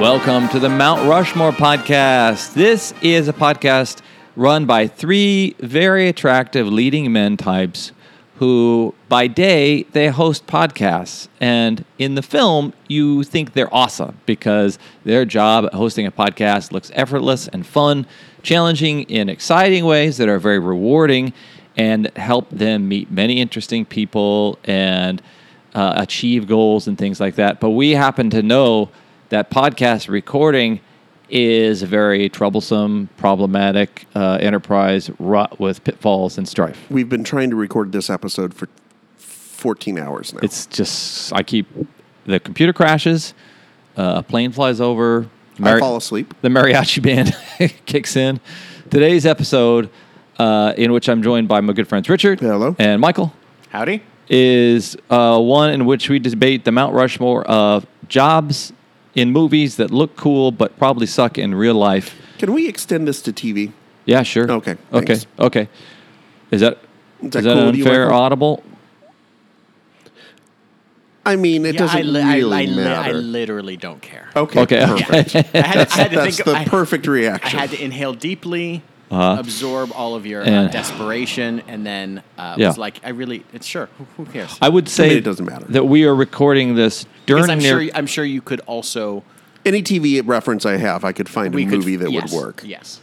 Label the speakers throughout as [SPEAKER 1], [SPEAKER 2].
[SPEAKER 1] Welcome to the Mount Rushmore podcast. This is a podcast run by three very attractive leading men types who, by day, they host podcasts. And in the film, you think they're awesome because their job at hosting a podcast looks effortless and fun, challenging in exciting ways that are very rewarding and help them meet many interesting people and uh, achieve goals and things like that. But we happen to know that podcast recording is a very troublesome, problematic uh, enterprise wrought with pitfalls and strife.
[SPEAKER 2] We've been trying to record this episode for 14 hours now.
[SPEAKER 1] It's just, I keep the computer crashes, uh, a plane flies over,
[SPEAKER 2] I
[SPEAKER 1] Mar-
[SPEAKER 2] fall asleep.
[SPEAKER 1] the mariachi band kicks in. Today's episode, uh, in which I'm joined by my good friends Richard
[SPEAKER 2] Hello.
[SPEAKER 1] and Michael.
[SPEAKER 3] Howdy.
[SPEAKER 1] is uh, one in which we debate the Mount Rushmore of jobs in movies that look cool but probably suck in real life.
[SPEAKER 2] Can we extend this to TV?
[SPEAKER 1] Yeah, sure.
[SPEAKER 2] Okay,
[SPEAKER 1] Okay.
[SPEAKER 2] thanks.
[SPEAKER 1] Okay. Is that is
[SPEAKER 2] that
[SPEAKER 1] that, an
[SPEAKER 2] cool with you,
[SPEAKER 1] unfair
[SPEAKER 2] Michael?
[SPEAKER 1] audible?
[SPEAKER 2] I mean, it
[SPEAKER 3] Yeah,
[SPEAKER 2] doesn't
[SPEAKER 3] I, li- I-
[SPEAKER 2] really
[SPEAKER 3] I, li- I
[SPEAKER 2] matter.
[SPEAKER 3] literally don't care.
[SPEAKER 2] okay.
[SPEAKER 1] Okay, okay.
[SPEAKER 2] Perfect.
[SPEAKER 3] I had, to- I had to
[SPEAKER 2] That's
[SPEAKER 3] think.
[SPEAKER 2] the
[SPEAKER 3] I,
[SPEAKER 2] perfect
[SPEAKER 3] I
[SPEAKER 2] reaction.
[SPEAKER 3] had to inhale deeply, absorb all of your uh,
[SPEAKER 1] Uh-huh. And-
[SPEAKER 3] desperation, and then uh,
[SPEAKER 1] Yeah.
[SPEAKER 3] was like, I really. It's sure. Who, who cares?
[SPEAKER 1] I would say
[SPEAKER 2] me, it doesn't matter.
[SPEAKER 1] that we are recording this during
[SPEAKER 3] Because I'm
[SPEAKER 1] near
[SPEAKER 3] sure. I'm sure you could also.
[SPEAKER 2] Any TV reference I have, I could find a
[SPEAKER 3] We could,
[SPEAKER 2] movie that
[SPEAKER 3] yes,
[SPEAKER 2] would work.
[SPEAKER 3] Yes.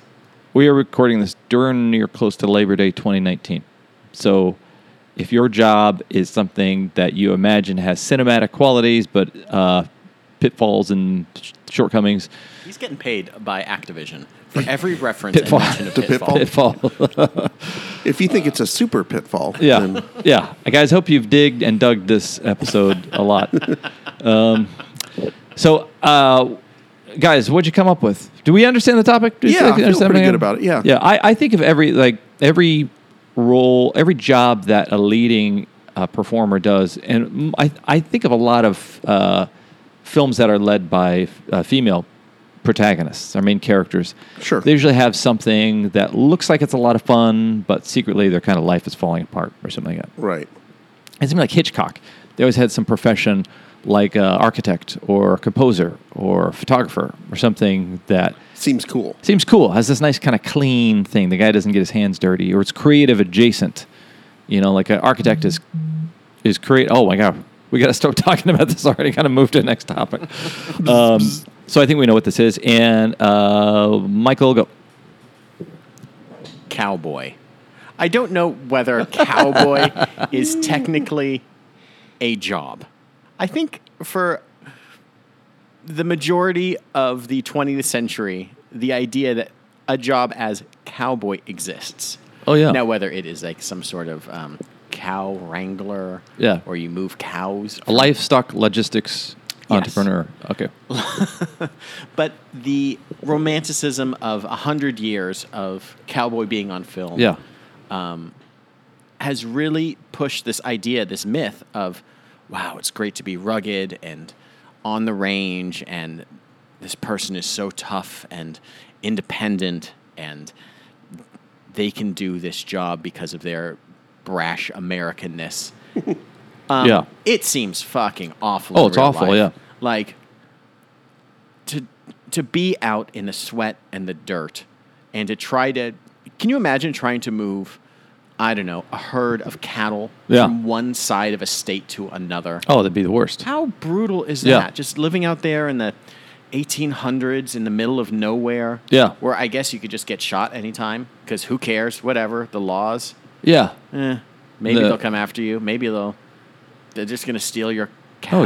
[SPEAKER 1] we are recording this during near close to Labor Day 2019. So if your job is something that you imagine has cinematic qualities but uh, pitfalls and sh- shortcomings,
[SPEAKER 3] He's getting paid by Activision for every reference and
[SPEAKER 1] Pitfall.
[SPEAKER 3] mention of
[SPEAKER 2] To
[SPEAKER 3] pitfall.
[SPEAKER 2] Pitfall.
[SPEAKER 1] pitfall.
[SPEAKER 2] If you think it's a super pitfall,
[SPEAKER 1] Yeah,
[SPEAKER 2] then
[SPEAKER 1] yeah. Uh, Guys, hope you've digged and dug this episode a lot. Um, so, uh, guys, what'd you come up with? Do we understand the topic? Do you
[SPEAKER 2] Yeah,
[SPEAKER 1] feel like
[SPEAKER 2] I
[SPEAKER 1] we
[SPEAKER 2] feel
[SPEAKER 1] understand
[SPEAKER 2] pretty
[SPEAKER 1] what I
[SPEAKER 2] good
[SPEAKER 1] am?
[SPEAKER 2] about it, yeah.
[SPEAKER 1] yeah. I, I think of every like every role, every job that a leading uh, performer does, and mm, I I think of a lot of uh, films that are led by uh, female protagonists, our main characters.
[SPEAKER 2] Sure.
[SPEAKER 1] They usually have something that looks like it's a lot of fun, but secretly their kind of life is falling apart or something like that.
[SPEAKER 2] right.
[SPEAKER 1] It's something like Hitchcock. They always had some profession like uh, architect or composer or photographer or something that
[SPEAKER 2] Seems cool.
[SPEAKER 1] seems cool, has this nice kind of clean thing. The guy doesn't get his hands dirty or it's creative adjacent. You know, like an architect is is create. Oh my god, we got to stop talking about this already. Got to move to the next topic. Um, so I think we know what this is. And uh, Michael, go.
[SPEAKER 3] cowboy. I don't know whether cowboy is technically a job. I think for the majority of the 20th century, the idea that a job as cowboy exists.
[SPEAKER 1] Oh, yeah.
[SPEAKER 3] Now, whether it is like some sort of um, cow wrangler,
[SPEAKER 1] Yeah.
[SPEAKER 3] or you move cows,
[SPEAKER 1] A livestock logistics
[SPEAKER 3] Yes.
[SPEAKER 1] entrepreneur. Okay.
[SPEAKER 3] but the romanticism of a hundred years of cowboy being on film,
[SPEAKER 1] Yeah.
[SPEAKER 3] has really pushed this idea, this myth of, wow, it's great to be rugged and on the range, and this person is so tough and independent, and they can do this job because of their brash Americanness. Um,
[SPEAKER 1] yeah.
[SPEAKER 3] It seems fucking awful. in
[SPEAKER 1] Oh, it's
[SPEAKER 3] real
[SPEAKER 1] awful,
[SPEAKER 3] life.
[SPEAKER 1] yeah.
[SPEAKER 3] Like to to be out in the sweat and the dirt, and to try to. Can you imagine trying to move? I don't know a herd of cattle
[SPEAKER 1] Yeah.
[SPEAKER 3] from one side of a state to another.
[SPEAKER 1] Oh, that'd be the worst.
[SPEAKER 3] How brutal is
[SPEAKER 1] Yeah.
[SPEAKER 3] that? Just living out there in the 1800s in the middle of nowhere.
[SPEAKER 1] Yeah.
[SPEAKER 3] Where I guess you could just get shot anytime because who cares? Whatever the laws.
[SPEAKER 1] Yeah.
[SPEAKER 3] Eh, maybe
[SPEAKER 1] The-
[SPEAKER 3] they'll come after you. Maybe they'll they're just gonna steal your cattle.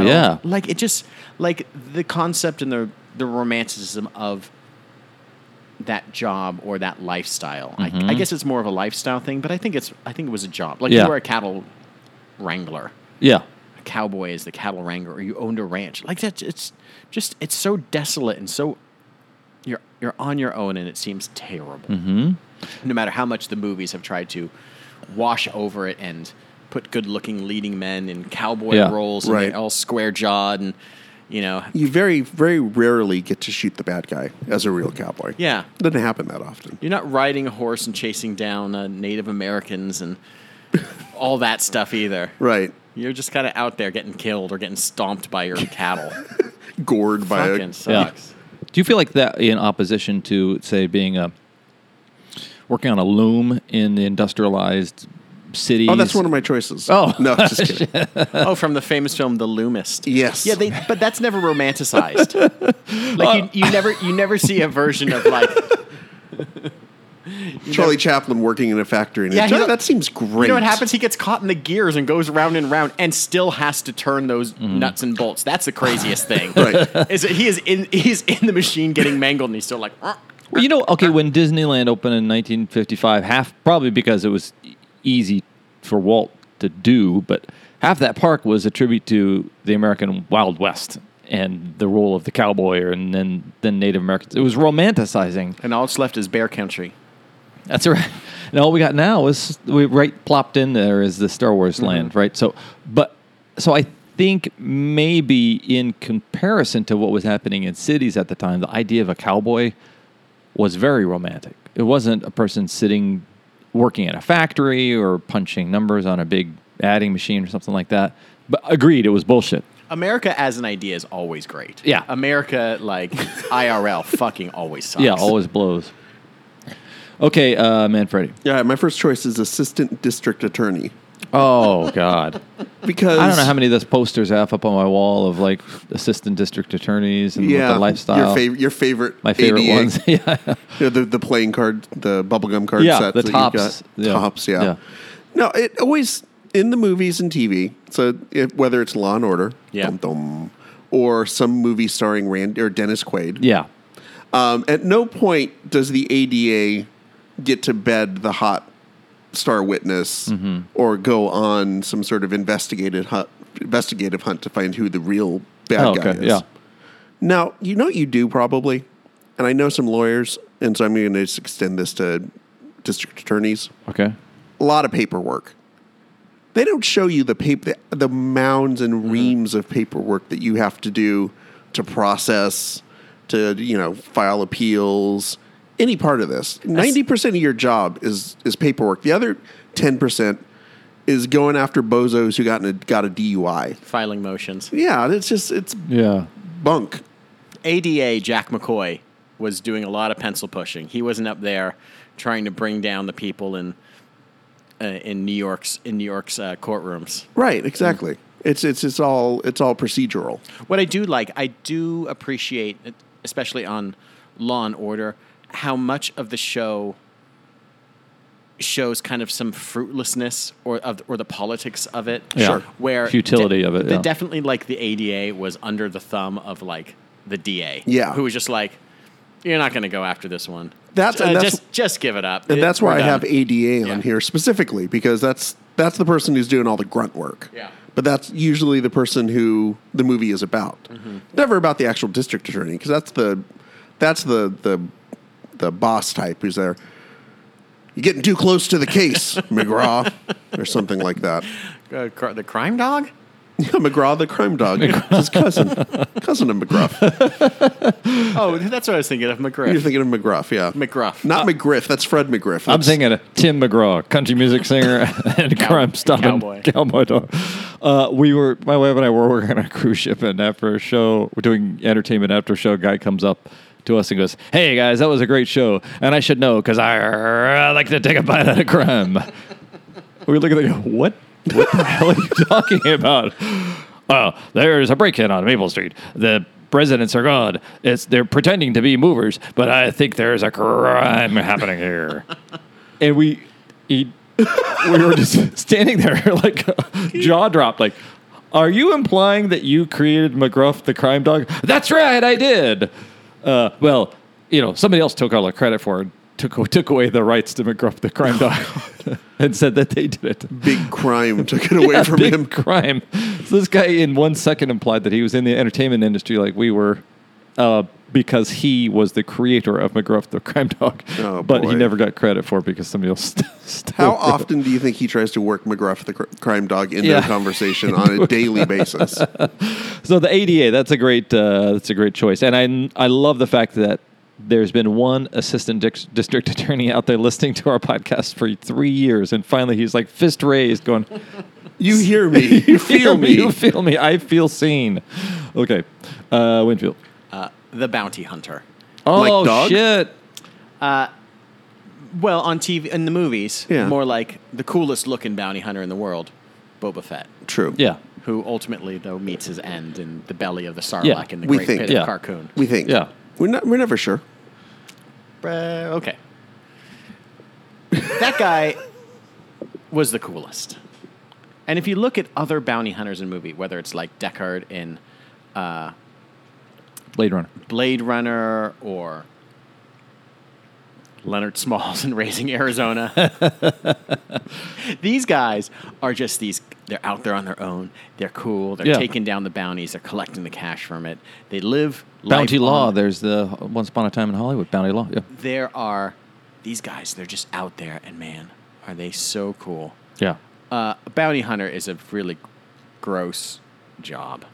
[SPEAKER 1] Oh, yeah.
[SPEAKER 3] Like it just like the concept and the the romanticism of that job or that lifestyle. I, I guess it's more of a lifestyle thing, but I think it's I think it was a job. Like
[SPEAKER 1] Mm-hmm. Yeah.
[SPEAKER 3] you were a cattle wrangler.
[SPEAKER 1] Yeah.
[SPEAKER 3] A cowboy is the cattle wrangler, or you owned a ranch. Like that's it's just it's so desolate and so you're you're on your own and it seems terrible
[SPEAKER 2] Mm-hmm.
[SPEAKER 3] no matter how much the movies have tried to wash over it and put good looking leading men in cowboy
[SPEAKER 1] Yeah,
[SPEAKER 3] roles and
[SPEAKER 2] right.
[SPEAKER 3] they're all square jawed and you know
[SPEAKER 2] You very, very rarely get to shoot the bad guy as a real cowboy.
[SPEAKER 3] yeah
[SPEAKER 2] Doesn't happen that often.
[SPEAKER 3] you're not riding a horse and chasing down uh, native americans and all that stuff either
[SPEAKER 2] Right.
[SPEAKER 3] you're just kind of out there getting killed or getting stomped by your cattle
[SPEAKER 2] Gored by
[SPEAKER 3] fucking
[SPEAKER 2] a
[SPEAKER 3] sucks
[SPEAKER 1] Do you feel like that in opposition to say being a working on a loom in the industrialized cities?
[SPEAKER 2] Oh, that's one of my choices.
[SPEAKER 1] Oh.
[SPEAKER 2] no, just kidding.
[SPEAKER 3] Oh, from the famous film The Loomist.
[SPEAKER 2] Yes.
[SPEAKER 3] Yeah, they, but that's never romanticized. like you, you never you never see a version of like
[SPEAKER 2] Charlie Chaplin working in a factory. And
[SPEAKER 3] Yeah,
[SPEAKER 2] it's,
[SPEAKER 3] you
[SPEAKER 2] "Oh,
[SPEAKER 3] know-
[SPEAKER 2] that seems great.
[SPEAKER 3] you know what happens? He gets caught in the gears and goes round and round and still has to turn those nuts and bolts. That's the craziest thing.
[SPEAKER 2] Right.
[SPEAKER 3] Is that he is in he's in the machine getting mangled and he's still like "Ah."
[SPEAKER 1] Well, you know, okay, when Disneyland opened in 1955, half probably because it was e- easy for Walt to do, but half that park was a tribute to the American Wild West and the role of the cowboy and then then Native Americans. It was romanticizing.
[SPEAKER 3] and all that's left is bear country.
[SPEAKER 1] That's right. And all we got now is we right plopped in there is the Star Wars land, right? So, but so I think maybe in comparison to what was happening in cities at the time, the idea of a cowboy was very romantic. It wasn't a person sitting working at a factory or punching numbers on a big adding machine or something like that. But agreed, it was bullshit.
[SPEAKER 3] America as an idea is always great.
[SPEAKER 1] Yeah.
[SPEAKER 3] America like IRL fucking always sucks.
[SPEAKER 1] Yeah, always blows. Okay, uh, Manfredi.
[SPEAKER 2] Yeah, my first choice is assistant district attorney
[SPEAKER 1] Oh God.
[SPEAKER 2] because
[SPEAKER 1] I don't know how many of those posters I have up on my wall of like assistant district attorneys and
[SPEAKER 2] Yeah,
[SPEAKER 1] what the lifestyle.
[SPEAKER 2] Your, fav- your favorite,
[SPEAKER 1] my favorite
[SPEAKER 2] ADA,
[SPEAKER 1] ones. yeah.
[SPEAKER 2] you know, the the playing card, the bubblegum card
[SPEAKER 1] Yeah,
[SPEAKER 2] sets.
[SPEAKER 1] the
[SPEAKER 2] that you
[SPEAKER 1] tops,
[SPEAKER 2] got.
[SPEAKER 1] yeah.
[SPEAKER 2] tops, yeah.
[SPEAKER 1] Yeah.
[SPEAKER 2] No, it always in the movies and TV. So it, whether it's Law and Order,
[SPEAKER 3] Yeah.
[SPEAKER 2] dum dum, or some movie starring Rand or Dennis Quaid,
[SPEAKER 1] Yeah.
[SPEAKER 2] um, at no point does the ADA get to bed the hot star witness
[SPEAKER 1] Mm-hmm.
[SPEAKER 2] or go on some sort of investigated hunt, investigative hunt to find who the real bad
[SPEAKER 1] Oh,
[SPEAKER 2] guy
[SPEAKER 1] okay.
[SPEAKER 2] is.
[SPEAKER 1] Yeah.
[SPEAKER 2] Now, you know what you do probably, and I know some lawyers, and so I'm going to extend this to district attorneys.
[SPEAKER 1] Okay.
[SPEAKER 2] A lot of paperwork. They don't show you the paper, the, the mounds and reams of paperwork that you have to do to process, to you know, file appeals, any part of this. Ninety percent of your job is is paperwork. The other ten percent is going after bozos who got in a, got a DUI.
[SPEAKER 3] Filing motions.
[SPEAKER 2] Yeah, it's just it's
[SPEAKER 1] Yeah.
[SPEAKER 2] bunk.
[SPEAKER 3] ADA Jack McCoy was doing a lot of pencil pushing. He wasn't up there trying to bring down the people in uh, in New York's in New York's uh, courtrooms.
[SPEAKER 2] Right, exactly. It's it's it's all it's all procedural.
[SPEAKER 3] What I do like, I do appreciate, especially on Law and Order, how much of the show shows kind of some fruitlessness or of or the politics of it.
[SPEAKER 1] Yeah. Sure.
[SPEAKER 3] Where
[SPEAKER 1] Futility of it,
[SPEAKER 3] the-
[SPEAKER 1] yeah.
[SPEAKER 3] Definitely, like the ADA was under the thumb of like the DA.
[SPEAKER 2] Yeah.
[SPEAKER 3] Who was just like, you're not going to go after this one.
[SPEAKER 2] That's-
[SPEAKER 3] Uh,
[SPEAKER 2] and that's-
[SPEAKER 3] just just give it up.
[SPEAKER 2] And
[SPEAKER 3] It-
[SPEAKER 2] that's why
[SPEAKER 3] we're
[SPEAKER 2] I
[SPEAKER 3] done.
[SPEAKER 2] have ADA
[SPEAKER 3] Yeah.
[SPEAKER 2] on here specifically because that's that's the person who's doing all the grunt work.
[SPEAKER 3] Yeah.
[SPEAKER 2] But that's usually the person who the movie is about. Never about the actual district attorney because that's the that's the the the boss type who's there. You're getting too close to the case, McGraw, or something like that.
[SPEAKER 3] Uh, cr- the crime dog.
[SPEAKER 2] McGraw, the crime dog, It's his cousin, cousin of McGruff.
[SPEAKER 3] Oh, that's what I was thinking of. McGriff.
[SPEAKER 2] You're thinking of McGruff, yeah,
[SPEAKER 3] McGruff.
[SPEAKER 2] not McGriff. That's Fred McGriff.
[SPEAKER 1] I'm
[SPEAKER 2] That's-
[SPEAKER 1] thinking of Tim McGraw, country music singer and crime stopping
[SPEAKER 3] cowboy.
[SPEAKER 1] cowboy. dog. Uh, we were, my wife and I were working on a cruise ship, and after a show, we're doing entertainment after a show. a Guy comes up to us and goes, "Hey guys, that was a great show, and I should know because I, I like to take a bite out of crime." we look at it, and go, "What? What the hell are you talking about?" Oh, there's a break-in on Maple Street. The residents are gone. It's they're pretending to be movers, but I think there's a crime happening here and we he, we were just standing there like jaw dropped like are you implying that you created McGruff the crime dog? That's right, I did. Uh, well, you know, somebody else took all the credit for it, took took away the rights to McGruff the crime dog, and said that they did it.
[SPEAKER 2] big crime took it away from
[SPEAKER 1] Big
[SPEAKER 2] him.
[SPEAKER 1] crime. So this guy in one second implied that he was in the entertainment industry like we were, uh, because he was the creator of McGruff the crime dog,
[SPEAKER 2] Oh,
[SPEAKER 1] but he
[SPEAKER 2] boy.
[SPEAKER 1] never got credit for it because somebody else. St- stole
[SPEAKER 2] How
[SPEAKER 1] it.
[SPEAKER 2] often do you think he tries to work McGruff the cr- crime dog into
[SPEAKER 1] Yeah.
[SPEAKER 2] a conversation on a daily basis?
[SPEAKER 1] So the ADA, that's a great uh, that's a great choice, and I I love the fact that there's been one assistant dic- district attorney out there listening to our podcast for three years, and finally he's like fist raised, going,
[SPEAKER 2] You hear me, you feel me.
[SPEAKER 1] you feel me, I feel seen." Okay, uh, Winfield.
[SPEAKER 3] Uh, the bounty hunter.
[SPEAKER 1] Oh
[SPEAKER 2] like dog?
[SPEAKER 1] shit!
[SPEAKER 3] Well, on TV in the movies,
[SPEAKER 2] Yeah.
[SPEAKER 3] more like the coolest looking bounty hunter in the world, Boba Fett,
[SPEAKER 2] True.
[SPEAKER 1] Yeah,
[SPEAKER 3] who ultimately though meets his end in the belly of the Sarlacc
[SPEAKER 1] Yeah.
[SPEAKER 3] in the
[SPEAKER 2] We
[SPEAKER 3] Great
[SPEAKER 2] think.
[SPEAKER 3] Pit
[SPEAKER 1] Yeah.
[SPEAKER 3] of Carcoon.
[SPEAKER 2] We think.
[SPEAKER 1] Yeah.
[SPEAKER 2] We're not. We're never sure.
[SPEAKER 3] Uh, okay, that guy was the coolest. And if you look at other bounty hunters in movie, whether it's like Deckard in uh,
[SPEAKER 1] Blade Runner.
[SPEAKER 3] Blade Runner or Leonard Smalls in Raising Arizona. these guys are just these, they're out there on their own. They're cool. They're
[SPEAKER 1] Yeah.
[SPEAKER 3] taking down the bounties. They're collecting the cash from it. They live
[SPEAKER 1] Bounty
[SPEAKER 3] life
[SPEAKER 1] Law.
[SPEAKER 3] on-
[SPEAKER 1] There's the Once Upon a Time in Hollywood. Bounty Law. Yeah.
[SPEAKER 3] There are these guys, they're just out there, and man, are they so cool.
[SPEAKER 1] Yeah.
[SPEAKER 3] Uh, a bounty hunter is a really gross job.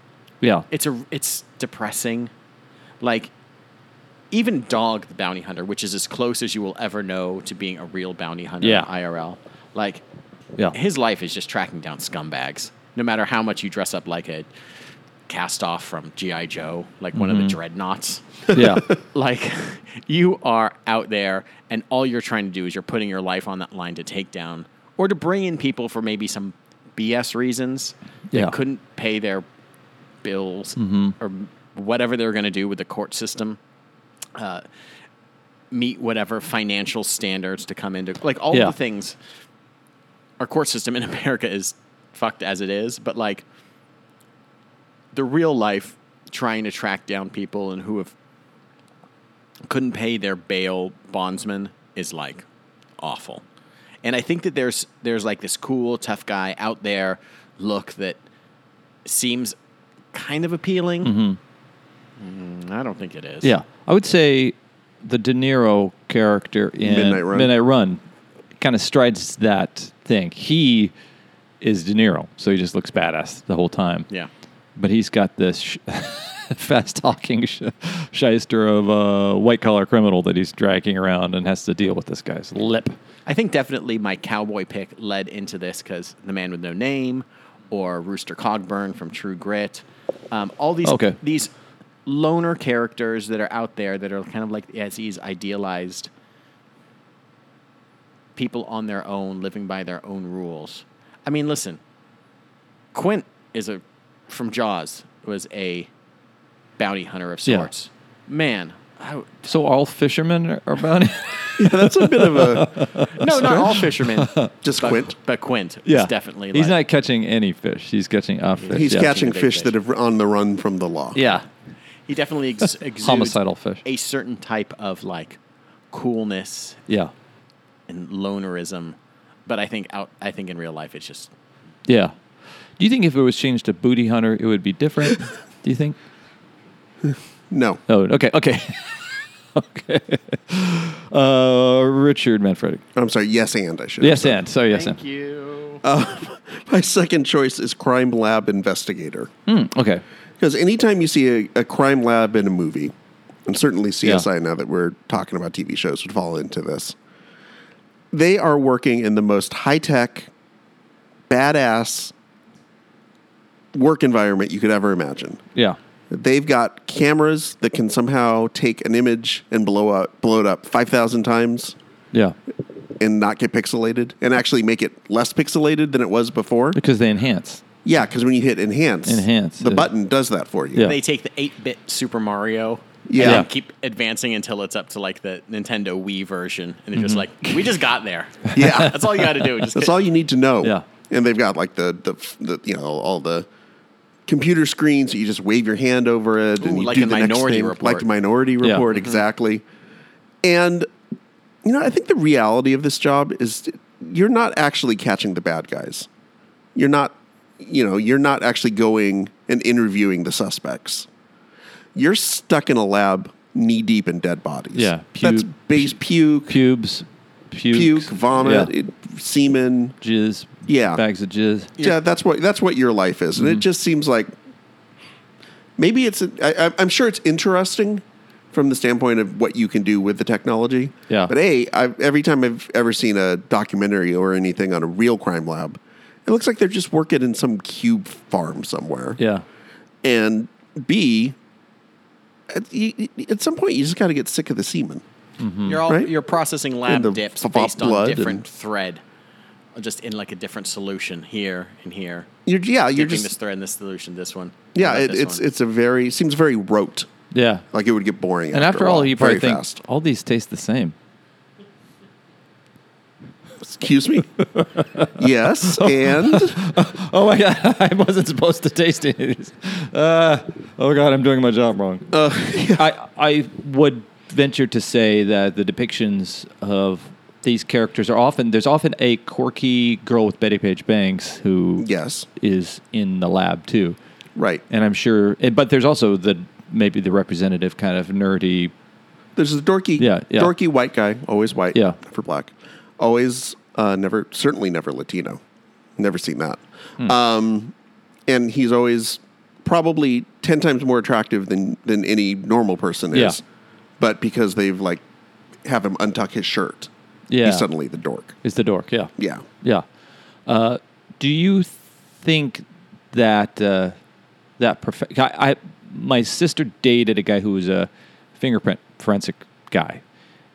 [SPEAKER 1] Yeah.
[SPEAKER 3] it's a it's depressing. Like even Dog the Bounty Hunter, which is as close as you will ever know to being a real bounty hunter
[SPEAKER 1] Yeah.
[SPEAKER 3] in IRL. Like
[SPEAKER 1] yeah.
[SPEAKER 3] his life is just tracking down scumbags. No matter how much you dress up like a cast off from G.I. Joe, like one of the dreadnoughts.
[SPEAKER 1] yeah.
[SPEAKER 3] like you are out there and all you're trying to do is you're putting your life on that line to take down or to bring in people for maybe some BS reasons
[SPEAKER 1] Yeah. Mm-hmm.
[SPEAKER 3] that couldn't pay their bills or whatever they're going to do with the court system uh, meet whatever financial standards to come into like all
[SPEAKER 1] Yeah.
[SPEAKER 3] the things our court system in America is fucked as it is but like the real life trying to track down people and who have couldn't pay their bail bondsman is like awful. And I think that there's there's like this cool tough guy out there look that seems kind of appealing. Mm, I don't think it is.
[SPEAKER 1] Yeah, I would say the De Niro character in
[SPEAKER 2] Midnight Run.
[SPEAKER 1] Midnight Run kind of strides that thing. He is De Niro, so he just looks badass the whole time.
[SPEAKER 3] Yeah.
[SPEAKER 1] but he's got this sh- fast talking sh- shyster of a white collar criminal that he's dragging around and has to deal with this guy's lip.
[SPEAKER 3] I think definitely my cowboy pick led into this because The Man with No Name or Rooster Cogburn from True Grit. Um, all these
[SPEAKER 1] Okay.
[SPEAKER 3] these loner characters that are out there that are kind of like as these idealized people on their own, living by their own rules. I mean, listen, Quint is a from Jaws was a bounty hunter of
[SPEAKER 1] Yeah.
[SPEAKER 3] sorts. Man, I,
[SPEAKER 1] So all fishermen are bounty.
[SPEAKER 2] Yeah, that's a bit of a
[SPEAKER 3] no, not all fishermen.
[SPEAKER 2] just
[SPEAKER 3] but,
[SPEAKER 2] quint.
[SPEAKER 3] But Quint is definitely.
[SPEAKER 1] He's
[SPEAKER 3] like,
[SPEAKER 1] not catching any fish. He's catching off fish.
[SPEAKER 2] He's
[SPEAKER 1] yeah.
[SPEAKER 2] catching
[SPEAKER 3] big
[SPEAKER 2] fish
[SPEAKER 3] fish.
[SPEAKER 2] that are on the run from the law.
[SPEAKER 1] Yeah,
[SPEAKER 3] He definitely ex- exudes
[SPEAKER 1] homicidal fish.
[SPEAKER 3] a certain type of like coolness
[SPEAKER 1] Yeah,
[SPEAKER 3] and lonerism, but I think out. I think in real life it's just
[SPEAKER 1] yeah. Do you think if it was changed to booty hunter, it would be different? Do you think?
[SPEAKER 2] No.
[SPEAKER 1] Oh, okay, okay, okay. Uh, Richard Manfredi.
[SPEAKER 2] I'm sorry. Yes, and I should.
[SPEAKER 1] Yes, and so yes, and
[SPEAKER 3] you.
[SPEAKER 2] My second choice is crime lab investigator.
[SPEAKER 1] Mm, okay.
[SPEAKER 2] Because anytime you see a, a crime lab in a movie, and certainly CSI
[SPEAKER 1] Yeah.
[SPEAKER 2] now that we're talking about TV shows would fall into this, they are working in the most high tech, badass work environment you could ever imagine.
[SPEAKER 1] Yeah,
[SPEAKER 2] They've got cameras that can somehow take an image and blow up, blow it up five thousand times
[SPEAKER 1] yeah.
[SPEAKER 2] and not get pixelated, and actually make it less pixelated than it was before.
[SPEAKER 1] Because they enhance.
[SPEAKER 2] Yeah, because when you hit enhance,
[SPEAKER 1] Enhance,
[SPEAKER 2] the
[SPEAKER 1] yeah.
[SPEAKER 2] button does that for you.
[SPEAKER 1] Yeah.
[SPEAKER 3] They take the eight-bit Super Mario.
[SPEAKER 2] Yeah.
[SPEAKER 3] And then keep advancing until it's up to like the Nintendo Wii version, and they're just like,
[SPEAKER 1] Mm-hmm.
[SPEAKER 3] "We just got there.
[SPEAKER 2] Yeah.
[SPEAKER 3] That's all you got to do. Just
[SPEAKER 2] That's all you need to know.
[SPEAKER 1] Yeah.
[SPEAKER 2] And they've got like the, the the you know all the computer screens that you just wave your hand over it and
[SPEAKER 3] Ooh,
[SPEAKER 2] you
[SPEAKER 3] like
[SPEAKER 2] do
[SPEAKER 3] in
[SPEAKER 2] the next
[SPEAKER 3] Minority
[SPEAKER 2] thing,
[SPEAKER 3] Report.
[SPEAKER 2] like the minority
[SPEAKER 1] Yeah. Mm-hmm.
[SPEAKER 2] report exactly. And you know, I think the reality of this job is you're not actually catching the bad guys. You're not you know, you're not actually going and interviewing the suspects. You're stuck in a lab knee deep in dead bodies.
[SPEAKER 1] Yeah.
[SPEAKER 2] That's
[SPEAKER 1] Pube-
[SPEAKER 2] base puke, puke,
[SPEAKER 1] Pubes, pukes,
[SPEAKER 2] vomit,
[SPEAKER 1] yeah.
[SPEAKER 2] it, semen.
[SPEAKER 1] jizz,
[SPEAKER 2] Yeah.
[SPEAKER 1] bags of jizz.
[SPEAKER 2] yeah, that's what that's what your life is, and
[SPEAKER 1] Mm-hmm.
[SPEAKER 2] it just seems like maybe it's. A, I, I- I'm sure it's interesting from the standpoint of what you can do with the technology.
[SPEAKER 1] Yeah.
[SPEAKER 2] But a, I've, every time I've ever seen a documentary or anything on a real crime lab, it looks like they're just working in some cube farm somewhere.
[SPEAKER 1] Yeah,
[SPEAKER 2] And B, at, you- at some point you just got to get sick of the semen.
[SPEAKER 3] You're all
[SPEAKER 2] Right?
[SPEAKER 3] you're processing
[SPEAKER 2] And
[SPEAKER 3] lab
[SPEAKER 2] the
[SPEAKER 3] dips
[SPEAKER 2] f-
[SPEAKER 3] based on
[SPEAKER 2] blood
[SPEAKER 3] different
[SPEAKER 2] and-
[SPEAKER 3] thread, just in like a different solution here and here.
[SPEAKER 2] You're yeah, you're
[SPEAKER 3] Dipping this
[SPEAKER 2] just
[SPEAKER 3] thread in this solution, this one.
[SPEAKER 2] yeah.
[SPEAKER 3] Not
[SPEAKER 2] It,
[SPEAKER 3] this
[SPEAKER 2] it's
[SPEAKER 3] one.
[SPEAKER 2] it's a very seems very rote.
[SPEAKER 1] Yeah.
[SPEAKER 2] Like it would get boring.
[SPEAKER 1] And after
[SPEAKER 2] a
[SPEAKER 1] all,
[SPEAKER 2] while,
[SPEAKER 1] you probably
[SPEAKER 2] very
[SPEAKER 1] think
[SPEAKER 2] fast.
[SPEAKER 1] all these taste the same.
[SPEAKER 2] Excuse me. yes, and
[SPEAKER 1] Oh my god, I wasn't supposed to taste any of these. Uh, oh god, I'm doing my job wrong. I I would venture to say that the depictions of these characters are often there's often a quirky girl with Betty Page bangs who is
[SPEAKER 2] yes,
[SPEAKER 1] in the lab too,
[SPEAKER 2] right.
[SPEAKER 1] and I'm sure. and- But there's also the maybe the representative kind of nerdy.
[SPEAKER 2] There's a dorky,
[SPEAKER 1] Yeah, yeah.
[SPEAKER 2] dorky white guy, always white,
[SPEAKER 1] Yeah.
[SPEAKER 2] never black, always uh, never, certainly never Latino. Never seen that.
[SPEAKER 1] Hmm.
[SPEAKER 2] Um, and he's always probably ten times more attractive than than any normal person is.
[SPEAKER 1] Yeah.
[SPEAKER 2] But because they've like have him untuck his shirt,
[SPEAKER 1] Yeah,
[SPEAKER 2] he's suddenly the dork.
[SPEAKER 1] is the dork. Yeah,
[SPEAKER 2] Yeah,
[SPEAKER 1] Yeah. Uh, do you think that uh, that prof- I, I my sister dated a guy who was a fingerprint forensic guy,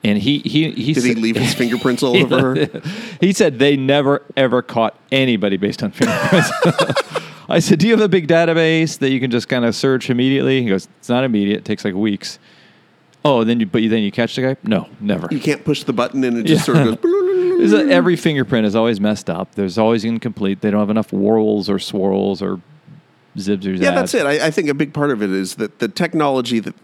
[SPEAKER 1] and he he he
[SPEAKER 2] did he
[SPEAKER 1] said-
[SPEAKER 2] leave his fingerprints all over her?
[SPEAKER 1] he said they never ever caught anybody based on fingerprints. I said, "Do you have a big database that you can just kind of search immediately?" He goes, "It's not immediate. It takes like weeks." Oh, then you but you, then you catch the guy? No, never.
[SPEAKER 2] You can't push the button and it just sort of goes.
[SPEAKER 1] Is that every fingerprint is always messed up. There's always incomplete. They don't have enough whorls or swirls or zibs or zaps.
[SPEAKER 2] Yeah, that's it. I, I think a big part of it is that the technology that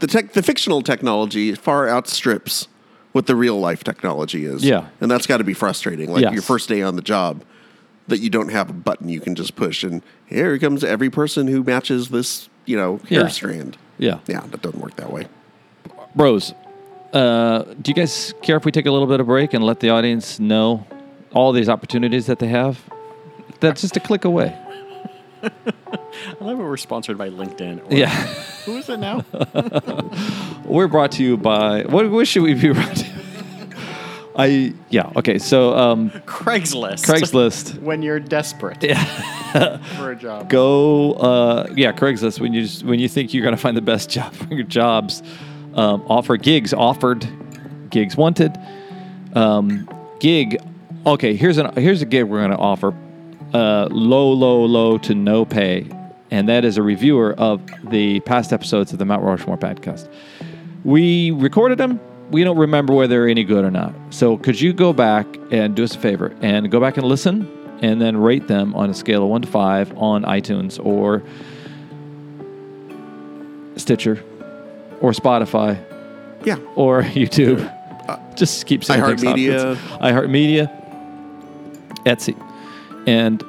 [SPEAKER 2] the tech, the fictional technology far outstrips what the real life technology is.
[SPEAKER 1] Yeah.
[SPEAKER 2] and that's got to be frustrating. Like
[SPEAKER 1] Yes.
[SPEAKER 2] your first day on the job, that you don't have a button you can just push, and here comes every person who matches this, you know, hair
[SPEAKER 1] Yeah.
[SPEAKER 2] strand.
[SPEAKER 1] Yeah.
[SPEAKER 2] Yeah, that doesn't work that way.
[SPEAKER 1] Bros, uh, do you guys care if we take a little bit of break and let the audience know all these opportunities that they have? That's just a click away.
[SPEAKER 3] I love it. We're sponsored by LinkedIn. Or
[SPEAKER 1] Yeah.
[SPEAKER 3] Who is it now?
[SPEAKER 1] We're brought to you by. What, what should we be brought to? I. Yeah. Okay. So um,
[SPEAKER 3] Craigslist.
[SPEAKER 1] Craigslist.
[SPEAKER 3] When you're desperate. for a job.
[SPEAKER 1] go uh, yeah craigslist when you just, when you think you're going to find the best job for your jobs um, offer gigs offered gigs wanted um, gig okay here's an here's a gig we're going to offer uh, low low low to no pay and that is a reviewer of the past episodes of the mount rushmore podcast we recorded them. We don't remember whether they're any good or not. So could you go back and do us a favor and go back and listen and then rate them on a scale of one to five on iTunes or Stitcher or Spotify
[SPEAKER 2] Yeah,
[SPEAKER 1] or YouTube. Just keep saying things
[SPEAKER 2] iHeartMedia.
[SPEAKER 1] backwards. iHeartMedia, Etsy, and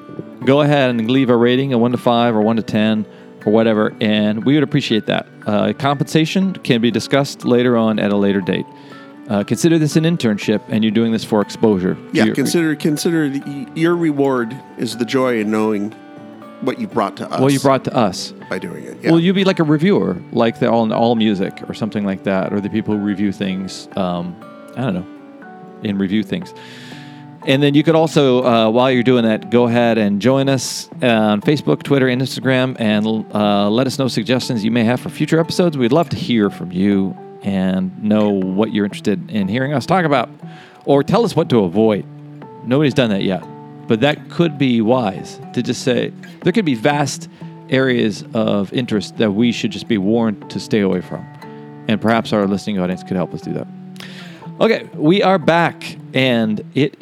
[SPEAKER 1] go ahead and leave a rating, a one to five or one to ten or whatever, and we would appreciate that. Uh, compensation can be discussed later on at a later date. Uh, consider this an internship, and you're doing this for exposure. to
[SPEAKER 2] yeah.
[SPEAKER 1] your-
[SPEAKER 2] consider consider the, your reward is the joy in knowing what you brought to us.
[SPEAKER 1] what you brought to us.
[SPEAKER 2] by doing it. Yeah.
[SPEAKER 1] Will you be like a reviewer, like the all all music or something like that, or the people who review things? Um, I don't know, and review things. And then you could also, uh, while you're doing that, go ahead and join us uh, on Facebook, Twitter, and Instagram, and uh, let us know suggestions you may have for future episodes. We'd love to hear from you and know what you're interested in hearing us talk about, or tell us what to avoid. Nobody's done that yet, but that could be wise to just say there could be vast areas of interest that we should just be warned to stay away from, and perhaps our listening audience could help us do that. Okay, we are back, and it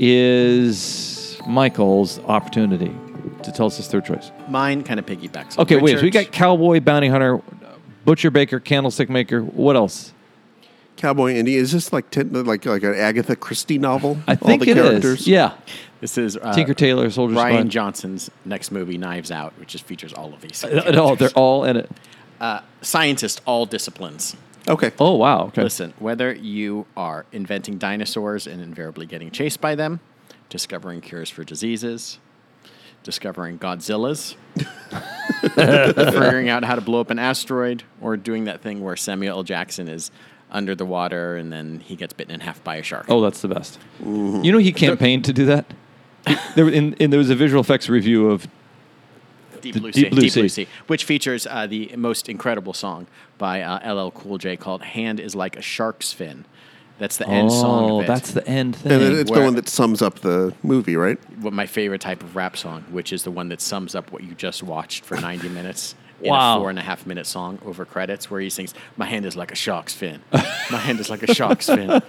[SPEAKER 1] is Michael's opportunity to tell us his third choice.
[SPEAKER 3] Mine kind of piggybacks. on
[SPEAKER 1] Okay, wait. So we
[SPEAKER 3] Richard's.
[SPEAKER 1] got cowboy, bounty hunter, butcher, baker, candlestick maker. What else?
[SPEAKER 2] Cowboy Indian is this like ten, like like an Agatha Christie novel?
[SPEAKER 1] I think it is. Yeah,
[SPEAKER 3] This is uh,
[SPEAKER 1] Tinker Tailor, Soldier
[SPEAKER 3] Ryan
[SPEAKER 1] Spy.
[SPEAKER 3] Johnson's next movie, Knives Out, which just features all of these.
[SPEAKER 1] Uh, No, they're all in it.
[SPEAKER 3] Scientists, all disciplines.
[SPEAKER 2] Okay.
[SPEAKER 1] Oh wow. Okay.
[SPEAKER 3] Listen, whether you are inventing dinosaurs and invariably getting chased by them, discovering cures for diseases, discovering Godzillas, figuring out how to blow up an asteroid, or doing that thing where Samuel L. Jackson is under the water and then he gets bitten in half by a shark.
[SPEAKER 1] Oh, that's the best. You know he campaigned to do that. There, in, in, there was a visual effects review of
[SPEAKER 3] Deep
[SPEAKER 1] The
[SPEAKER 3] Blue
[SPEAKER 1] Deep
[SPEAKER 3] Sea.
[SPEAKER 1] Blue
[SPEAKER 3] Deep Blue
[SPEAKER 1] Sea.
[SPEAKER 3] Sea, which features uh, the most incredible song by uh, LL Cool J called "Hand Is Like a Shark's Fin." That's the end song.
[SPEAKER 1] oh,
[SPEAKER 3] of it.
[SPEAKER 1] that's the end thing.
[SPEAKER 2] And it- it's the
[SPEAKER 3] where-
[SPEAKER 2] one that sums up the movie, right?
[SPEAKER 3] what my favorite type of rap song, which is the one that sums up what you just watched for 90 minutes in
[SPEAKER 1] Wow.
[SPEAKER 3] a four and a half minute song over credits, where he sings, My hand is like a shark's fin. My hand is like a shark's fin.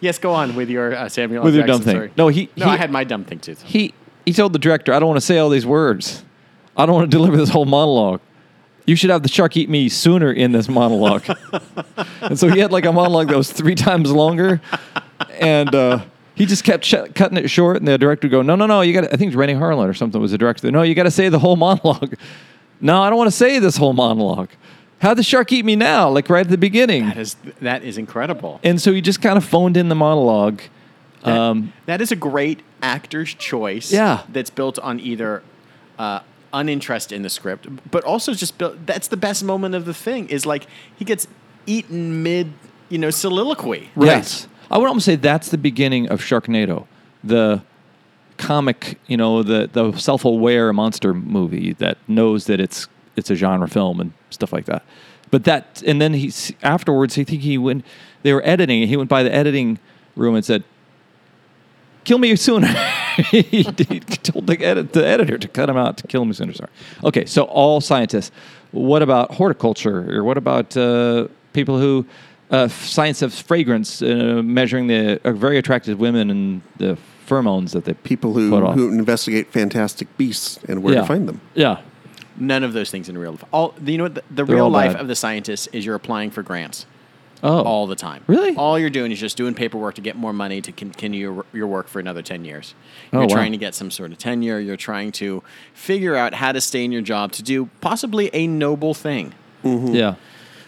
[SPEAKER 3] Yes, go on with your uh, Samuel. L.
[SPEAKER 1] With your dumb
[SPEAKER 3] Jackson
[SPEAKER 1] thing.
[SPEAKER 3] story.
[SPEAKER 1] No, he-
[SPEAKER 3] No,
[SPEAKER 1] he-
[SPEAKER 3] I had my dumb thing too.
[SPEAKER 1] he he told the director, "I don't want to say all these words. I don't want to deliver this whole monologue. You should have the shark eat me sooner in this monologue." and so he had like a monologue that was three times longer, and uh, he just kept sh- cutting it short. And the director would go, "No, no, no, you got. I think it's Rennie Harlan or something was the director. No, you got to say the whole monologue. No, I don't want to say this whole monologue. Have the shark eat me now, like right at the beginning."
[SPEAKER 3] That is, that is incredible.
[SPEAKER 1] and so he just kind of phoned in the monologue. Um,
[SPEAKER 3] That is a great actor's choice.
[SPEAKER 1] Yeah.
[SPEAKER 3] That's built on either uh, uninterest in the script, but also just built. That's the best moment of the thing is like he gets eaten mid, you know, soliloquy.
[SPEAKER 1] Yes. I would almost say that's the beginning of Sharknado, the comic, you know, the, the self aware monster movie that knows that it's it's a genre film and stuff like that. But that, and then he s- afterwards, I think he went. They were editing, and he went by the editing room and said, "Kill me sooner." he, did- he told the, edit, the editor to cut him out to kill me sooner. Sorry. Okay, so all scientists. What about horticulture, or what about uh, people who uh, f- science of fragrance, uh, measuring the uh, very attractive women and the pheromones that they
[SPEAKER 2] People who,
[SPEAKER 1] put off?
[SPEAKER 2] who investigate fantastic beasts and where
[SPEAKER 1] Yeah.
[SPEAKER 2] to find them.
[SPEAKER 1] Yeah,
[SPEAKER 3] None of those things in real life. All you know, what the, the
[SPEAKER 1] They're
[SPEAKER 3] real
[SPEAKER 1] all
[SPEAKER 3] life
[SPEAKER 1] bad.
[SPEAKER 3] of the scientist is you're applying for grants
[SPEAKER 1] Oh,
[SPEAKER 3] all the time.
[SPEAKER 1] Really?
[SPEAKER 3] All you're doing is just doing paperwork to get more money to continue your, your work for another ten years.
[SPEAKER 1] Oh,
[SPEAKER 3] You're
[SPEAKER 1] wow.
[SPEAKER 3] trying to get some sort of tenure. You're trying to figure out how to stay in your job to do possibly a noble thing.
[SPEAKER 1] yeah.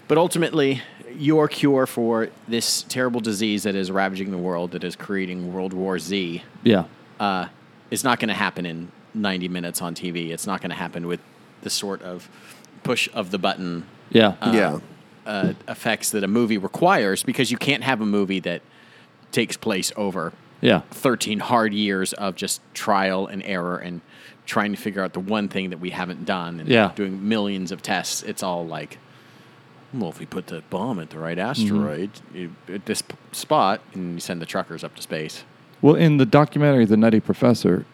[SPEAKER 3] But ultimately, your cure for this terrible disease that is ravaging the world, that is creating World War Z,
[SPEAKER 1] Yeah.
[SPEAKER 3] uh, it's not going to happen in 90 minutes on TV. It's not going to happen with the sort of push of the button
[SPEAKER 1] Yeah.
[SPEAKER 2] yeah.
[SPEAKER 3] uh, effects that a movie requires because you can't have a movie that takes place over
[SPEAKER 1] yeah.
[SPEAKER 3] 13 hard years of just trial and error and trying to figure out the one thing that we haven't done and
[SPEAKER 1] Yeah.
[SPEAKER 3] doing millions of tests. It's all like, well, if we put the bomb at the right
[SPEAKER 1] Mm-hmm.
[SPEAKER 3] asteroid i- at this p- spot and you send the truckers up to space.
[SPEAKER 1] Well, in the documentary, The Nutty Professor,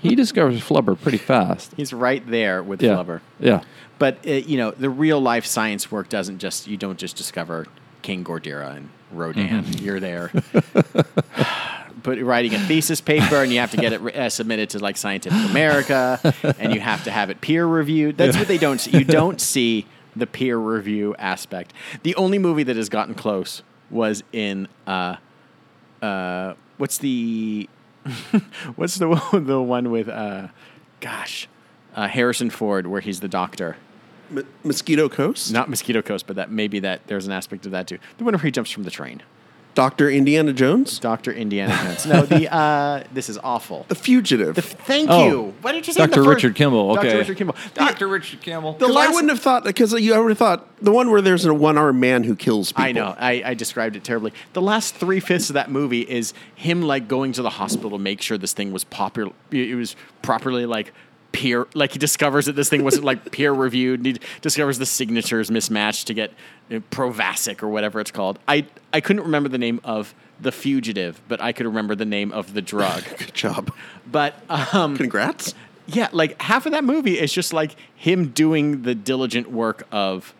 [SPEAKER 1] he discovers flubber pretty fast.
[SPEAKER 3] He's right there with
[SPEAKER 1] Yeah.
[SPEAKER 3] Flubber.
[SPEAKER 1] Yeah.
[SPEAKER 3] But, uh, you know, the real life science work doesn't just, you don't just discover King Gordira and Rodan. You're there. But writing a thesis paper and you have to get it uh, submitted to like Scientific America and you have to have it peer reviewed. That's what they don't see. You don't see the peer review aspect. The only movie that has gotten close was in, uh, uh, what's the, what's the, one- the one with, uh, gosh, uh, Harrison Ford where he's the doctor
[SPEAKER 2] M- Mosquito Coast?
[SPEAKER 3] not Mosquito Coast, but that maybe that there's an aspect of that too. The one where he jumps from the train,
[SPEAKER 2] Dr. Indiana Jones?
[SPEAKER 3] Doctor Indiana Jones. no, the uh, this is awful.
[SPEAKER 2] The Fugitive.
[SPEAKER 3] The f- thank
[SPEAKER 1] Oh.
[SPEAKER 3] you. Why did you say
[SPEAKER 1] Dr.
[SPEAKER 3] The
[SPEAKER 1] Richard Kimball, okay.
[SPEAKER 3] Doctor Richard Kimball. The-
[SPEAKER 1] Richard Campbell.
[SPEAKER 3] the
[SPEAKER 2] Because I
[SPEAKER 3] last-
[SPEAKER 2] wouldn't have thought, because you I would have thought the one where there's a one armed man who kills people.
[SPEAKER 3] I know. I, I described it terribly. The last three fifths of that movie is him like going to the hospital to make sure this thing was popular. It was properly like peer. Like he discovers that this thing wasn't like peer reviewed. and He discovers the signatures mismatched to get you know, Provasic or whatever it's called. I I couldn't remember the name of the fugitive, but I could remember the name of the drug.
[SPEAKER 2] Good job.
[SPEAKER 3] but um,
[SPEAKER 2] Congrats.
[SPEAKER 3] yeah, like half of that movie is just like him doing the diligent work of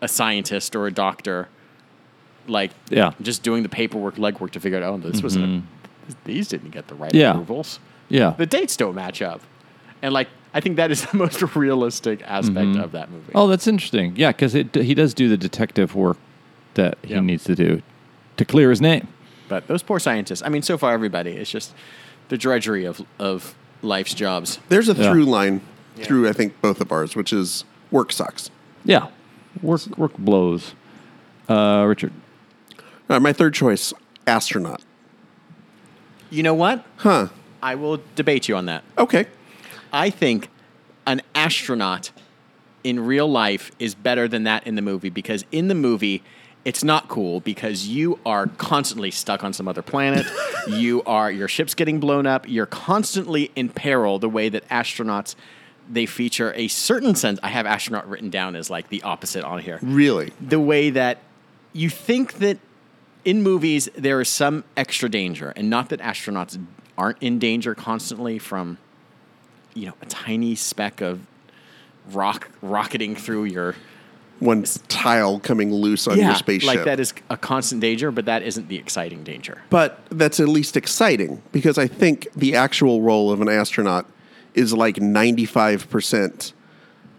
[SPEAKER 3] a scientist or a doctor, like
[SPEAKER 1] Yeah. Mm-hmm.
[SPEAKER 3] just doing the paperwork, legwork to figure out. Oh, this wasn't. A, these didn't get the right
[SPEAKER 1] Yeah.
[SPEAKER 3] approvals.
[SPEAKER 1] Yeah.
[SPEAKER 3] The dates don't match up, and like I think that is the most realistic aspect of that movie.
[SPEAKER 1] Oh, that's interesting. Yeah, because he does do the detective work that he
[SPEAKER 3] Yeah.
[SPEAKER 1] needs to do to clear his name.
[SPEAKER 3] But those poor scientists. I mean, so far everybody. It's just the drudgery of of life's jobs.
[SPEAKER 2] There's a
[SPEAKER 1] Yeah.
[SPEAKER 2] through line through, I think, both of ours, which is work sucks.
[SPEAKER 1] Yeah, work work blows. Uh, Richard.
[SPEAKER 2] All right, my third choice, astronaut.
[SPEAKER 3] You know what?
[SPEAKER 2] Huh.
[SPEAKER 3] I will debate you on that.
[SPEAKER 2] Okay.
[SPEAKER 3] I think an astronaut in real life is better than that in the movie because in the movie it's not cool because you are constantly stuck on some other planet. you are your ship's getting blown up. You're constantly in peril. The way that astronauts they feature a certain sense. I have astronaut written down as like the opposite on here
[SPEAKER 2] Really?
[SPEAKER 3] the way that you think that in movies there is some extra danger, and not that astronauts aren't in danger constantly from, you know, a tiny speck of rock rocketing through your
[SPEAKER 2] One tile coming loose on your spaceship.
[SPEAKER 3] Like that is a constant danger, but that isn't the exciting danger.
[SPEAKER 2] but that's at least exciting because I think the actual role of an astronaut is like 95%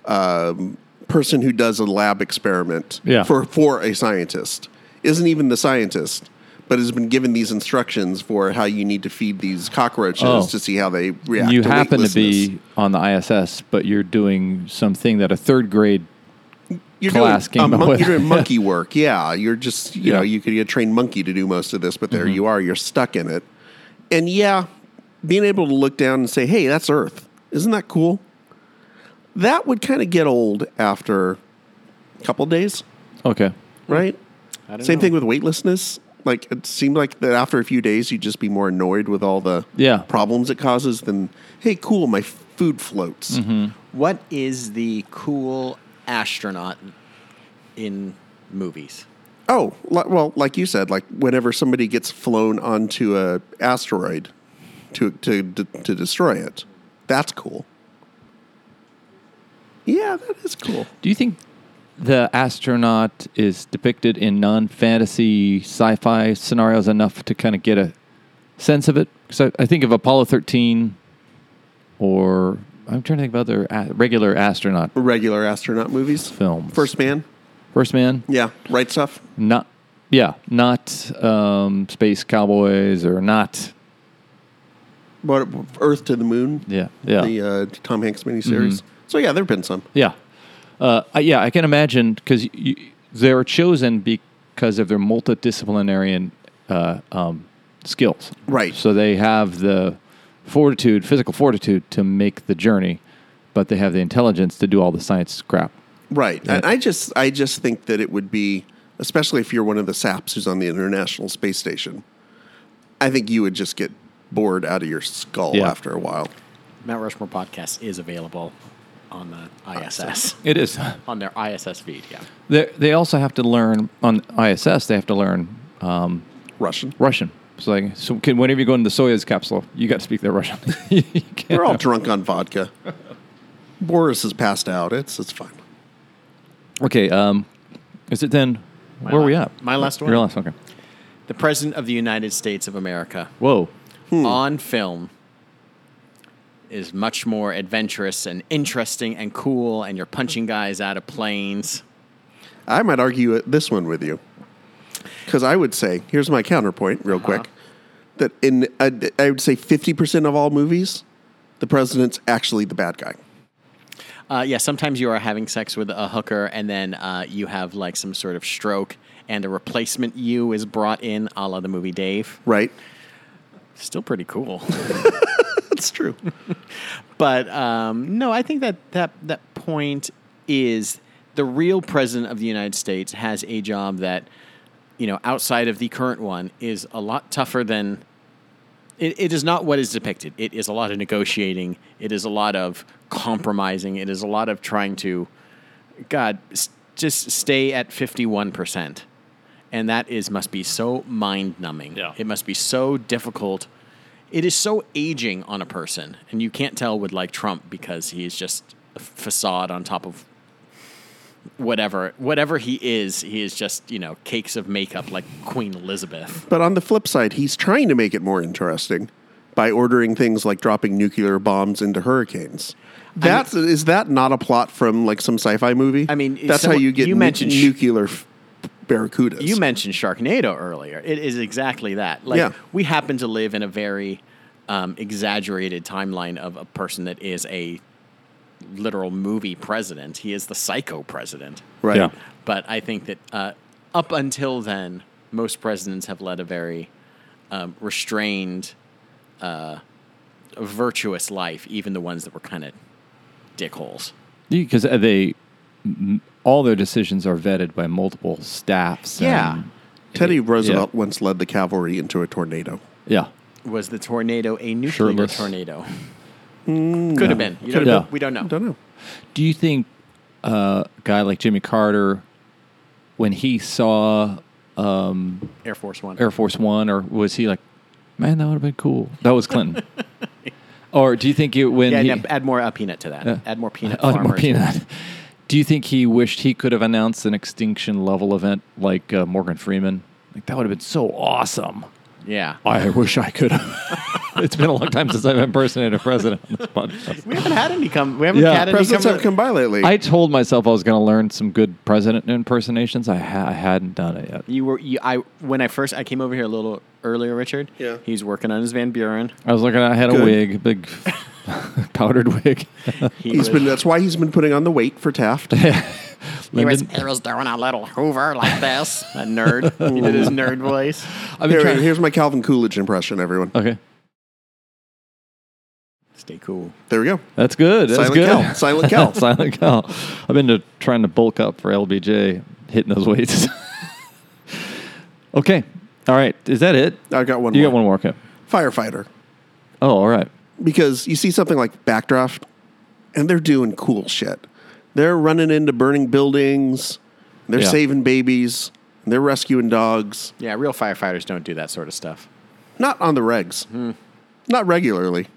[SPEAKER 2] um, person who does a lab experiment
[SPEAKER 1] Yeah.
[SPEAKER 2] for, for a scientist. Isn't even the scientist, but has been given these instructions for how you need to feed these cockroaches
[SPEAKER 1] Oh.
[SPEAKER 2] to see how they react.
[SPEAKER 1] you
[SPEAKER 2] to
[SPEAKER 1] happen to
[SPEAKER 2] weightlessness.
[SPEAKER 1] be on the ISS, but you're doing something that a third grade.
[SPEAKER 2] you're
[SPEAKER 1] class
[SPEAKER 2] doing,
[SPEAKER 1] came
[SPEAKER 2] a
[SPEAKER 1] up
[SPEAKER 2] mon-
[SPEAKER 1] with.
[SPEAKER 2] you're doing monkey work. Yeah, you're just you
[SPEAKER 1] Yeah. Mm-hmm.
[SPEAKER 2] know you could get a trained monkey to do most of this, but there you are. You're stuck in it, and yeah, being able to look down and say, "Hey, that's Earth. Isn't that cool?" That would kind of get old after a couple days,
[SPEAKER 1] Okay.
[SPEAKER 2] right?
[SPEAKER 3] I don't
[SPEAKER 2] Same
[SPEAKER 3] know.
[SPEAKER 2] thing with weightlessness. Like it seemed like that after a few days, you'd just be more annoyed with all the
[SPEAKER 1] Yeah.
[SPEAKER 2] problems it causes than, "Hey, cool, my food floats."
[SPEAKER 1] Mm-hmm.
[SPEAKER 3] What is the cool astronaut in movies?
[SPEAKER 2] Oh, li- well, like you said, like whenever somebody gets flown onto a asteroid to to to destroy it, that's cool. Yeah, that is cool.
[SPEAKER 1] Do you think the astronaut is depicted in non fantasy sci fi scenarios enough to kind of get a sense of it? Because I, I think of Apollo 13 or I'm trying to think of other a- regular astronaut
[SPEAKER 2] Regular astronaut movies,
[SPEAKER 1] films.
[SPEAKER 2] First Man,
[SPEAKER 1] First Man?
[SPEAKER 2] yeah, right stuff.
[SPEAKER 1] Not, yeah, not um, Space Cowboys or not.
[SPEAKER 2] What Earth to the Moon,
[SPEAKER 1] Yeah, yeah. Mm-hmm.
[SPEAKER 2] the uh, Tom Hanks miniseries. So yeah, there've been some.
[SPEAKER 1] Yeah, uh, I- yeah, I can imagine because they're chosen because of their multidisciplinary uh, um, skills.
[SPEAKER 2] Right.
[SPEAKER 1] So they have the fortitude, physical fortitude, to make the journey, but they have the intelligence to do all the science crap.
[SPEAKER 2] Right. And I just I just think that it would be especially if you're one of the saps who's on the International Space Station. I think you would just get bored out of your skull
[SPEAKER 1] Yeah.
[SPEAKER 2] after a while.
[SPEAKER 3] Mount Rushmore podcast is available on the ISS
[SPEAKER 1] It is.
[SPEAKER 3] on their ISS feed. Yeah.
[SPEAKER 1] they they also have to learn on ISS. They have to learn um,
[SPEAKER 2] Russian.
[SPEAKER 1] Russian. So like, so can, whenever you go into the Soyuz capsule, you got to speak their Russian. You can't-
[SPEAKER 2] We're all drunk on vodka. Boris has passed out. It's it's fine.
[SPEAKER 1] okay. Um, is it then?
[SPEAKER 3] My
[SPEAKER 1] where
[SPEAKER 3] la-
[SPEAKER 1] are we at?
[SPEAKER 3] my last
[SPEAKER 1] Your
[SPEAKER 3] one.
[SPEAKER 1] last. Okay.
[SPEAKER 3] the president of the United States of America
[SPEAKER 1] Whoa.
[SPEAKER 3] on film is much more adventurous and interesting and cool, and you're punching guys out of planes.
[SPEAKER 2] I might argue it- this one with you because I would say here's my counterpoint, real quick. That in I, I would say fifty percent of all movies, the president's actually the bad guy.
[SPEAKER 3] Uh, yeah, sometimes you are having sex with a hooker, and then uh, you have like some sort of stroke, and a replacement you is brought in, a la the movie Dave.
[SPEAKER 2] Right.
[SPEAKER 3] Still pretty cool.
[SPEAKER 2] That's true.
[SPEAKER 3] But um, no, I think that, that that point is the real president of the United States has a job that, you know, outside of the current one, is a lot tougher than. It, it is not what is depicted. It is a lot of negotiating. It is a lot of compromising. It is a lot of trying to, God, s- just stay at fifty-one percent, and that is must be so mind-numbing.
[SPEAKER 1] Yeah.
[SPEAKER 3] It must be so difficult it is so aging on a person and you can't tell with like trump because he's just a facade on top of whatever whatever he is he is just you know cakes of makeup like queen elizabeth
[SPEAKER 2] But on the flip side, he's trying to make it more interesting by ordering things like dropping nuclear bombs into hurricanes. That's is that not a plot from like some sci-fi movie?
[SPEAKER 3] I mean,
[SPEAKER 2] that's
[SPEAKER 3] someone-
[SPEAKER 2] how you get
[SPEAKER 3] you
[SPEAKER 2] nu-
[SPEAKER 3] mentioned sh-
[SPEAKER 2] nuclear f- barracudas.
[SPEAKER 3] you mentioned sharknado earlier it is exactly that like
[SPEAKER 2] Yeah.
[SPEAKER 3] we happen to live in a very um, exaggerated timeline of a person that is a literal movie president he is the psycho president
[SPEAKER 2] right?
[SPEAKER 1] Yeah.
[SPEAKER 3] But I think that uh, up until then, most presidents have led a very um, restrained, uh, virtuous life, even the ones that were kind of dickholes.
[SPEAKER 1] because they uh, m- all their decisions are vetted by multiple staffs.
[SPEAKER 3] Yeah.
[SPEAKER 1] and-
[SPEAKER 2] Teddy Roosevelt once led the cavalry into a tornado.
[SPEAKER 1] yeah.
[SPEAKER 3] Was the tornado a nuclear
[SPEAKER 1] Shirtless.
[SPEAKER 3] tornado? Could have Mm. been. You don't,
[SPEAKER 1] Could have been.
[SPEAKER 3] We don't know.
[SPEAKER 2] Don't know.
[SPEAKER 1] Do you think uh, a guy like Jimmy Carter, when he saw
[SPEAKER 3] Air Force One.
[SPEAKER 1] Air Force One, or was he like, man, that would have been cool? That was Clinton. or do you think you when
[SPEAKER 3] yeah,
[SPEAKER 1] he
[SPEAKER 3] no, add more uh, peanut to that. Add more peanut.
[SPEAKER 1] Oh,
[SPEAKER 3] farmers.
[SPEAKER 1] more peanut. Do you think he wished he could have announced an extinction level event like uh, Morgan Freeman? Like that would have been so awesome.
[SPEAKER 3] Yeah.
[SPEAKER 1] I wish I could. it's been a long time since I've impersonated a president on this podcast.
[SPEAKER 3] We haven't had any come. We haven't
[SPEAKER 1] Yeah.
[SPEAKER 3] had any
[SPEAKER 2] Presidents
[SPEAKER 3] come.
[SPEAKER 2] have come by lately.
[SPEAKER 1] I told myself I was going to learn some good president impersonations. I, ha- I hadn't done it yet.
[SPEAKER 3] You were you, I when I first I came over here a little earlier, Richard.
[SPEAKER 2] Yeah.
[SPEAKER 3] He's working on his Van Buren.
[SPEAKER 1] I was looking. I had a
[SPEAKER 2] Good.
[SPEAKER 1] wig, big powdered wig.
[SPEAKER 3] He
[SPEAKER 2] He's been. That's why he's been putting on the weight for Taft.
[SPEAKER 3] he was,
[SPEAKER 1] Lyndon-
[SPEAKER 3] he was doing a little Hoover like this. A nerd. he did his nerd voice.
[SPEAKER 1] I've been
[SPEAKER 2] Here,
[SPEAKER 1] trying-
[SPEAKER 2] here's my Calvin Coolidge impression, everyone.
[SPEAKER 1] Okay,
[SPEAKER 3] Stay cool.
[SPEAKER 2] There we go.
[SPEAKER 1] that's good. That's
[SPEAKER 2] Silent
[SPEAKER 1] good.
[SPEAKER 2] Cal. Silent Cal.
[SPEAKER 1] Silent Cal. I've been to, trying to bulk up for LBJ, hitting those weights. okay. All right. Is that it?
[SPEAKER 2] I've got one.
[SPEAKER 1] You
[SPEAKER 2] more.
[SPEAKER 1] got one more. Okay.
[SPEAKER 2] Firefighter,
[SPEAKER 1] Oh, all right.
[SPEAKER 2] because you see something like Backdraft, and they're doing cool shit. They're running into burning buildings. They're
[SPEAKER 1] Yeah.
[SPEAKER 2] saving babies. They're rescuing dogs.
[SPEAKER 3] Yeah, real firefighters don't do that sort of stuff.
[SPEAKER 2] Not on the regs.
[SPEAKER 1] Hmm.
[SPEAKER 2] Not regularly.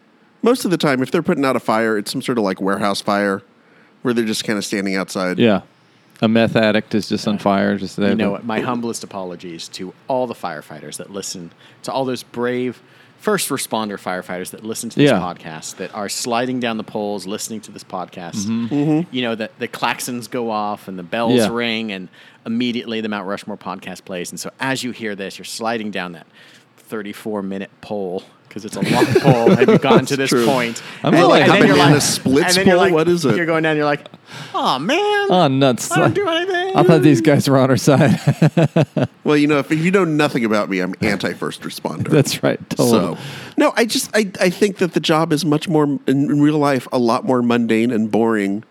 [SPEAKER 2] Most of the time, if they're putting out a fire, it's some sort of like warehouse fire where they're just kind of standing outside.
[SPEAKER 1] Yeah. A meth addict is just on fire. Just
[SPEAKER 3] You know what? My humblest apologies to all the firefighters that listen, to all those brave first responder firefighters that listen to this
[SPEAKER 1] Yeah.
[SPEAKER 3] podcast, that are sliding down the poles, listening to this podcast.
[SPEAKER 2] Mm-hmm.
[SPEAKER 3] You know, that the claxons go off and the bells
[SPEAKER 1] Yeah.
[SPEAKER 3] ring, and immediately the Mount Rushmore podcast plays. And so as you hear this, you're sliding down that 34 minute pole. Because it's a long pole, and you've gotten to this
[SPEAKER 2] true.
[SPEAKER 3] point.
[SPEAKER 1] I'm
[SPEAKER 3] and,
[SPEAKER 1] really
[SPEAKER 3] and then
[SPEAKER 1] happy
[SPEAKER 3] you're
[SPEAKER 1] I'm
[SPEAKER 2] in
[SPEAKER 3] like-
[SPEAKER 2] a splits
[SPEAKER 3] and then you're
[SPEAKER 2] pole.
[SPEAKER 3] like-
[SPEAKER 2] What is it?
[SPEAKER 3] You're going down. You're like, oh man,
[SPEAKER 1] Oh, nuts.
[SPEAKER 3] I don't do anything.
[SPEAKER 1] I thought these guys were on our side.
[SPEAKER 2] Well, you know, if, if you know nothing about me, I'm anti first responder.
[SPEAKER 1] That's right. Totally.
[SPEAKER 2] So, no, I just I, I think that the job is much more in, in real life, a lot more mundane and boring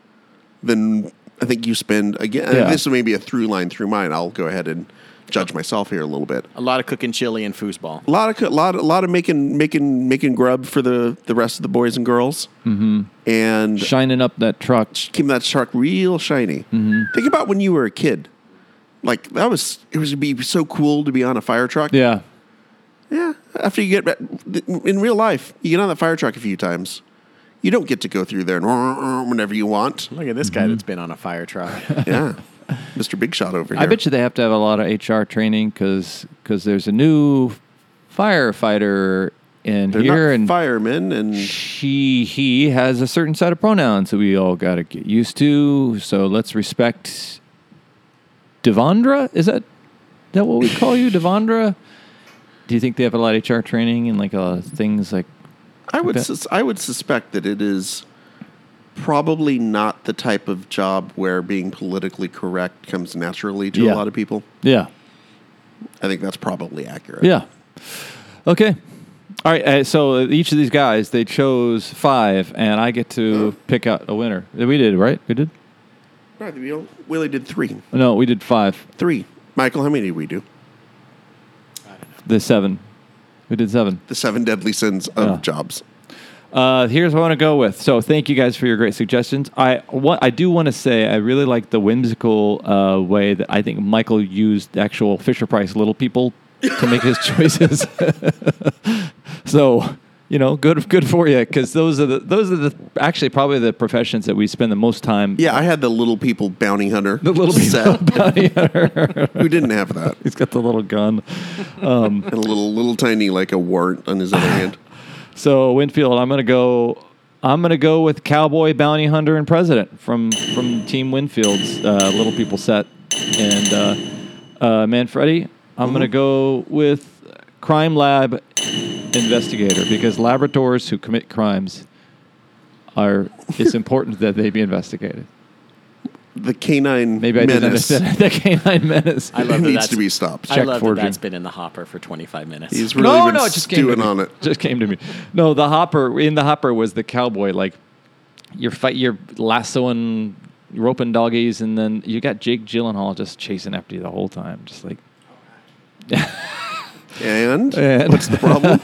[SPEAKER 2] than I think you spend. Again,
[SPEAKER 1] Yeah.
[SPEAKER 2] this may be a through line through mine. I'll go ahead and judge myself here a little bit.
[SPEAKER 3] A lot of cooking chili and foosball.
[SPEAKER 2] A lot of co- lot a lot of making making making grub for the the rest of the boys and girls, mm-hmm. and
[SPEAKER 1] Shining up that truck.
[SPEAKER 2] keeping that shark real shiny. Mm-hmm. Think about when you were a kid. Like that was it was be so cool to be on a fire truck.
[SPEAKER 1] Yeah.
[SPEAKER 2] Yeah. After you get in real life, you get on that fire truck a few times. You don't get to go through there and whenever you want.
[SPEAKER 3] Look at this guy that's been on a fire truck.
[SPEAKER 2] Yeah. Mr. Big Shot over here.
[SPEAKER 1] I bet you they have to have a lot of HR training because there's a new firefighter in
[SPEAKER 2] They're
[SPEAKER 1] here
[SPEAKER 2] not
[SPEAKER 1] and
[SPEAKER 2] firemen and
[SPEAKER 1] she he has a certain set of pronouns that we all got to get used to. So let's respect Devondra. Is that that what we call you, Devondra? Do you think they have a lot of HR training and like uh, things like?
[SPEAKER 2] I would
[SPEAKER 1] bet.
[SPEAKER 2] sus- I would suspect that it is probably not the type of job where being politically correct comes naturally to
[SPEAKER 1] Yeah.
[SPEAKER 2] a lot of people.
[SPEAKER 1] Yeah,
[SPEAKER 2] I think that's probably accurate.
[SPEAKER 1] yeah. Okay. All right. Uh, so each of these guys, they chose five, and I get to pick out a winner. We did right. We did.
[SPEAKER 2] Right, we all- Willie did three.
[SPEAKER 1] No, we did five.
[SPEAKER 2] Three. Michael, how many did we do?
[SPEAKER 1] The seven. We did seven.
[SPEAKER 2] The seven deadly sins of
[SPEAKER 1] Yeah.
[SPEAKER 2] jobs.
[SPEAKER 1] Uh, here's what I want to go with. So thank you guys for your great suggestions. I what I do want to say I really like the whimsical uh, way that I think Michael used the actual Fisher Price little people to make his choices. so you know, good good for you because those are the those are the actually probably the professions that we spend the most time.
[SPEAKER 2] Yeah, I had the little people bounty hunter. The
[SPEAKER 1] little people
[SPEAKER 2] Who didn't have that?
[SPEAKER 1] He's got the little gun.
[SPEAKER 2] And a little little tiny like a warrant on his other hand.
[SPEAKER 1] So Winfield, I'm gonna go. I'm gonna go with Cowboy Bounty Hunter and President from from Team Winfield's uh, Little People set, and uh, uh, Manfredi. I'm gonna go with Crime Lab Investigator because laboratories who commit crimes are. It's important that they be investigated.
[SPEAKER 2] The canine
[SPEAKER 1] Maybe I didn't
[SPEAKER 2] menace
[SPEAKER 1] understand the canine menace.
[SPEAKER 3] I love that
[SPEAKER 2] needs
[SPEAKER 3] that's-
[SPEAKER 2] to be stopped.
[SPEAKER 3] I
[SPEAKER 1] Check
[SPEAKER 3] love
[SPEAKER 1] forgery.
[SPEAKER 3] that that's been in the hopper for 25 minutes.
[SPEAKER 2] He's really been
[SPEAKER 1] it
[SPEAKER 2] stewing on it.
[SPEAKER 1] Just came to me. No, the hopper in the hopper was the cowboy. Like you're fight, you're lassoing roping doggies, and then you got Jake Gyllenhaal just chasing after you the whole time, just like.
[SPEAKER 2] And,
[SPEAKER 1] And-
[SPEAKER 2] what's the problem?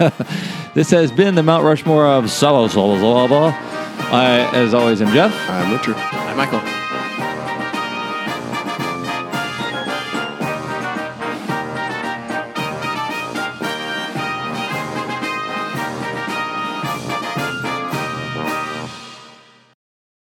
[SPEAKER 1] This has been the Mount Rushmore of Solo Solo Solo. I, as always, am Jeff.
[SPEAKER 2] I'm Richard.
[SPEAKER 3] Hi, Michael.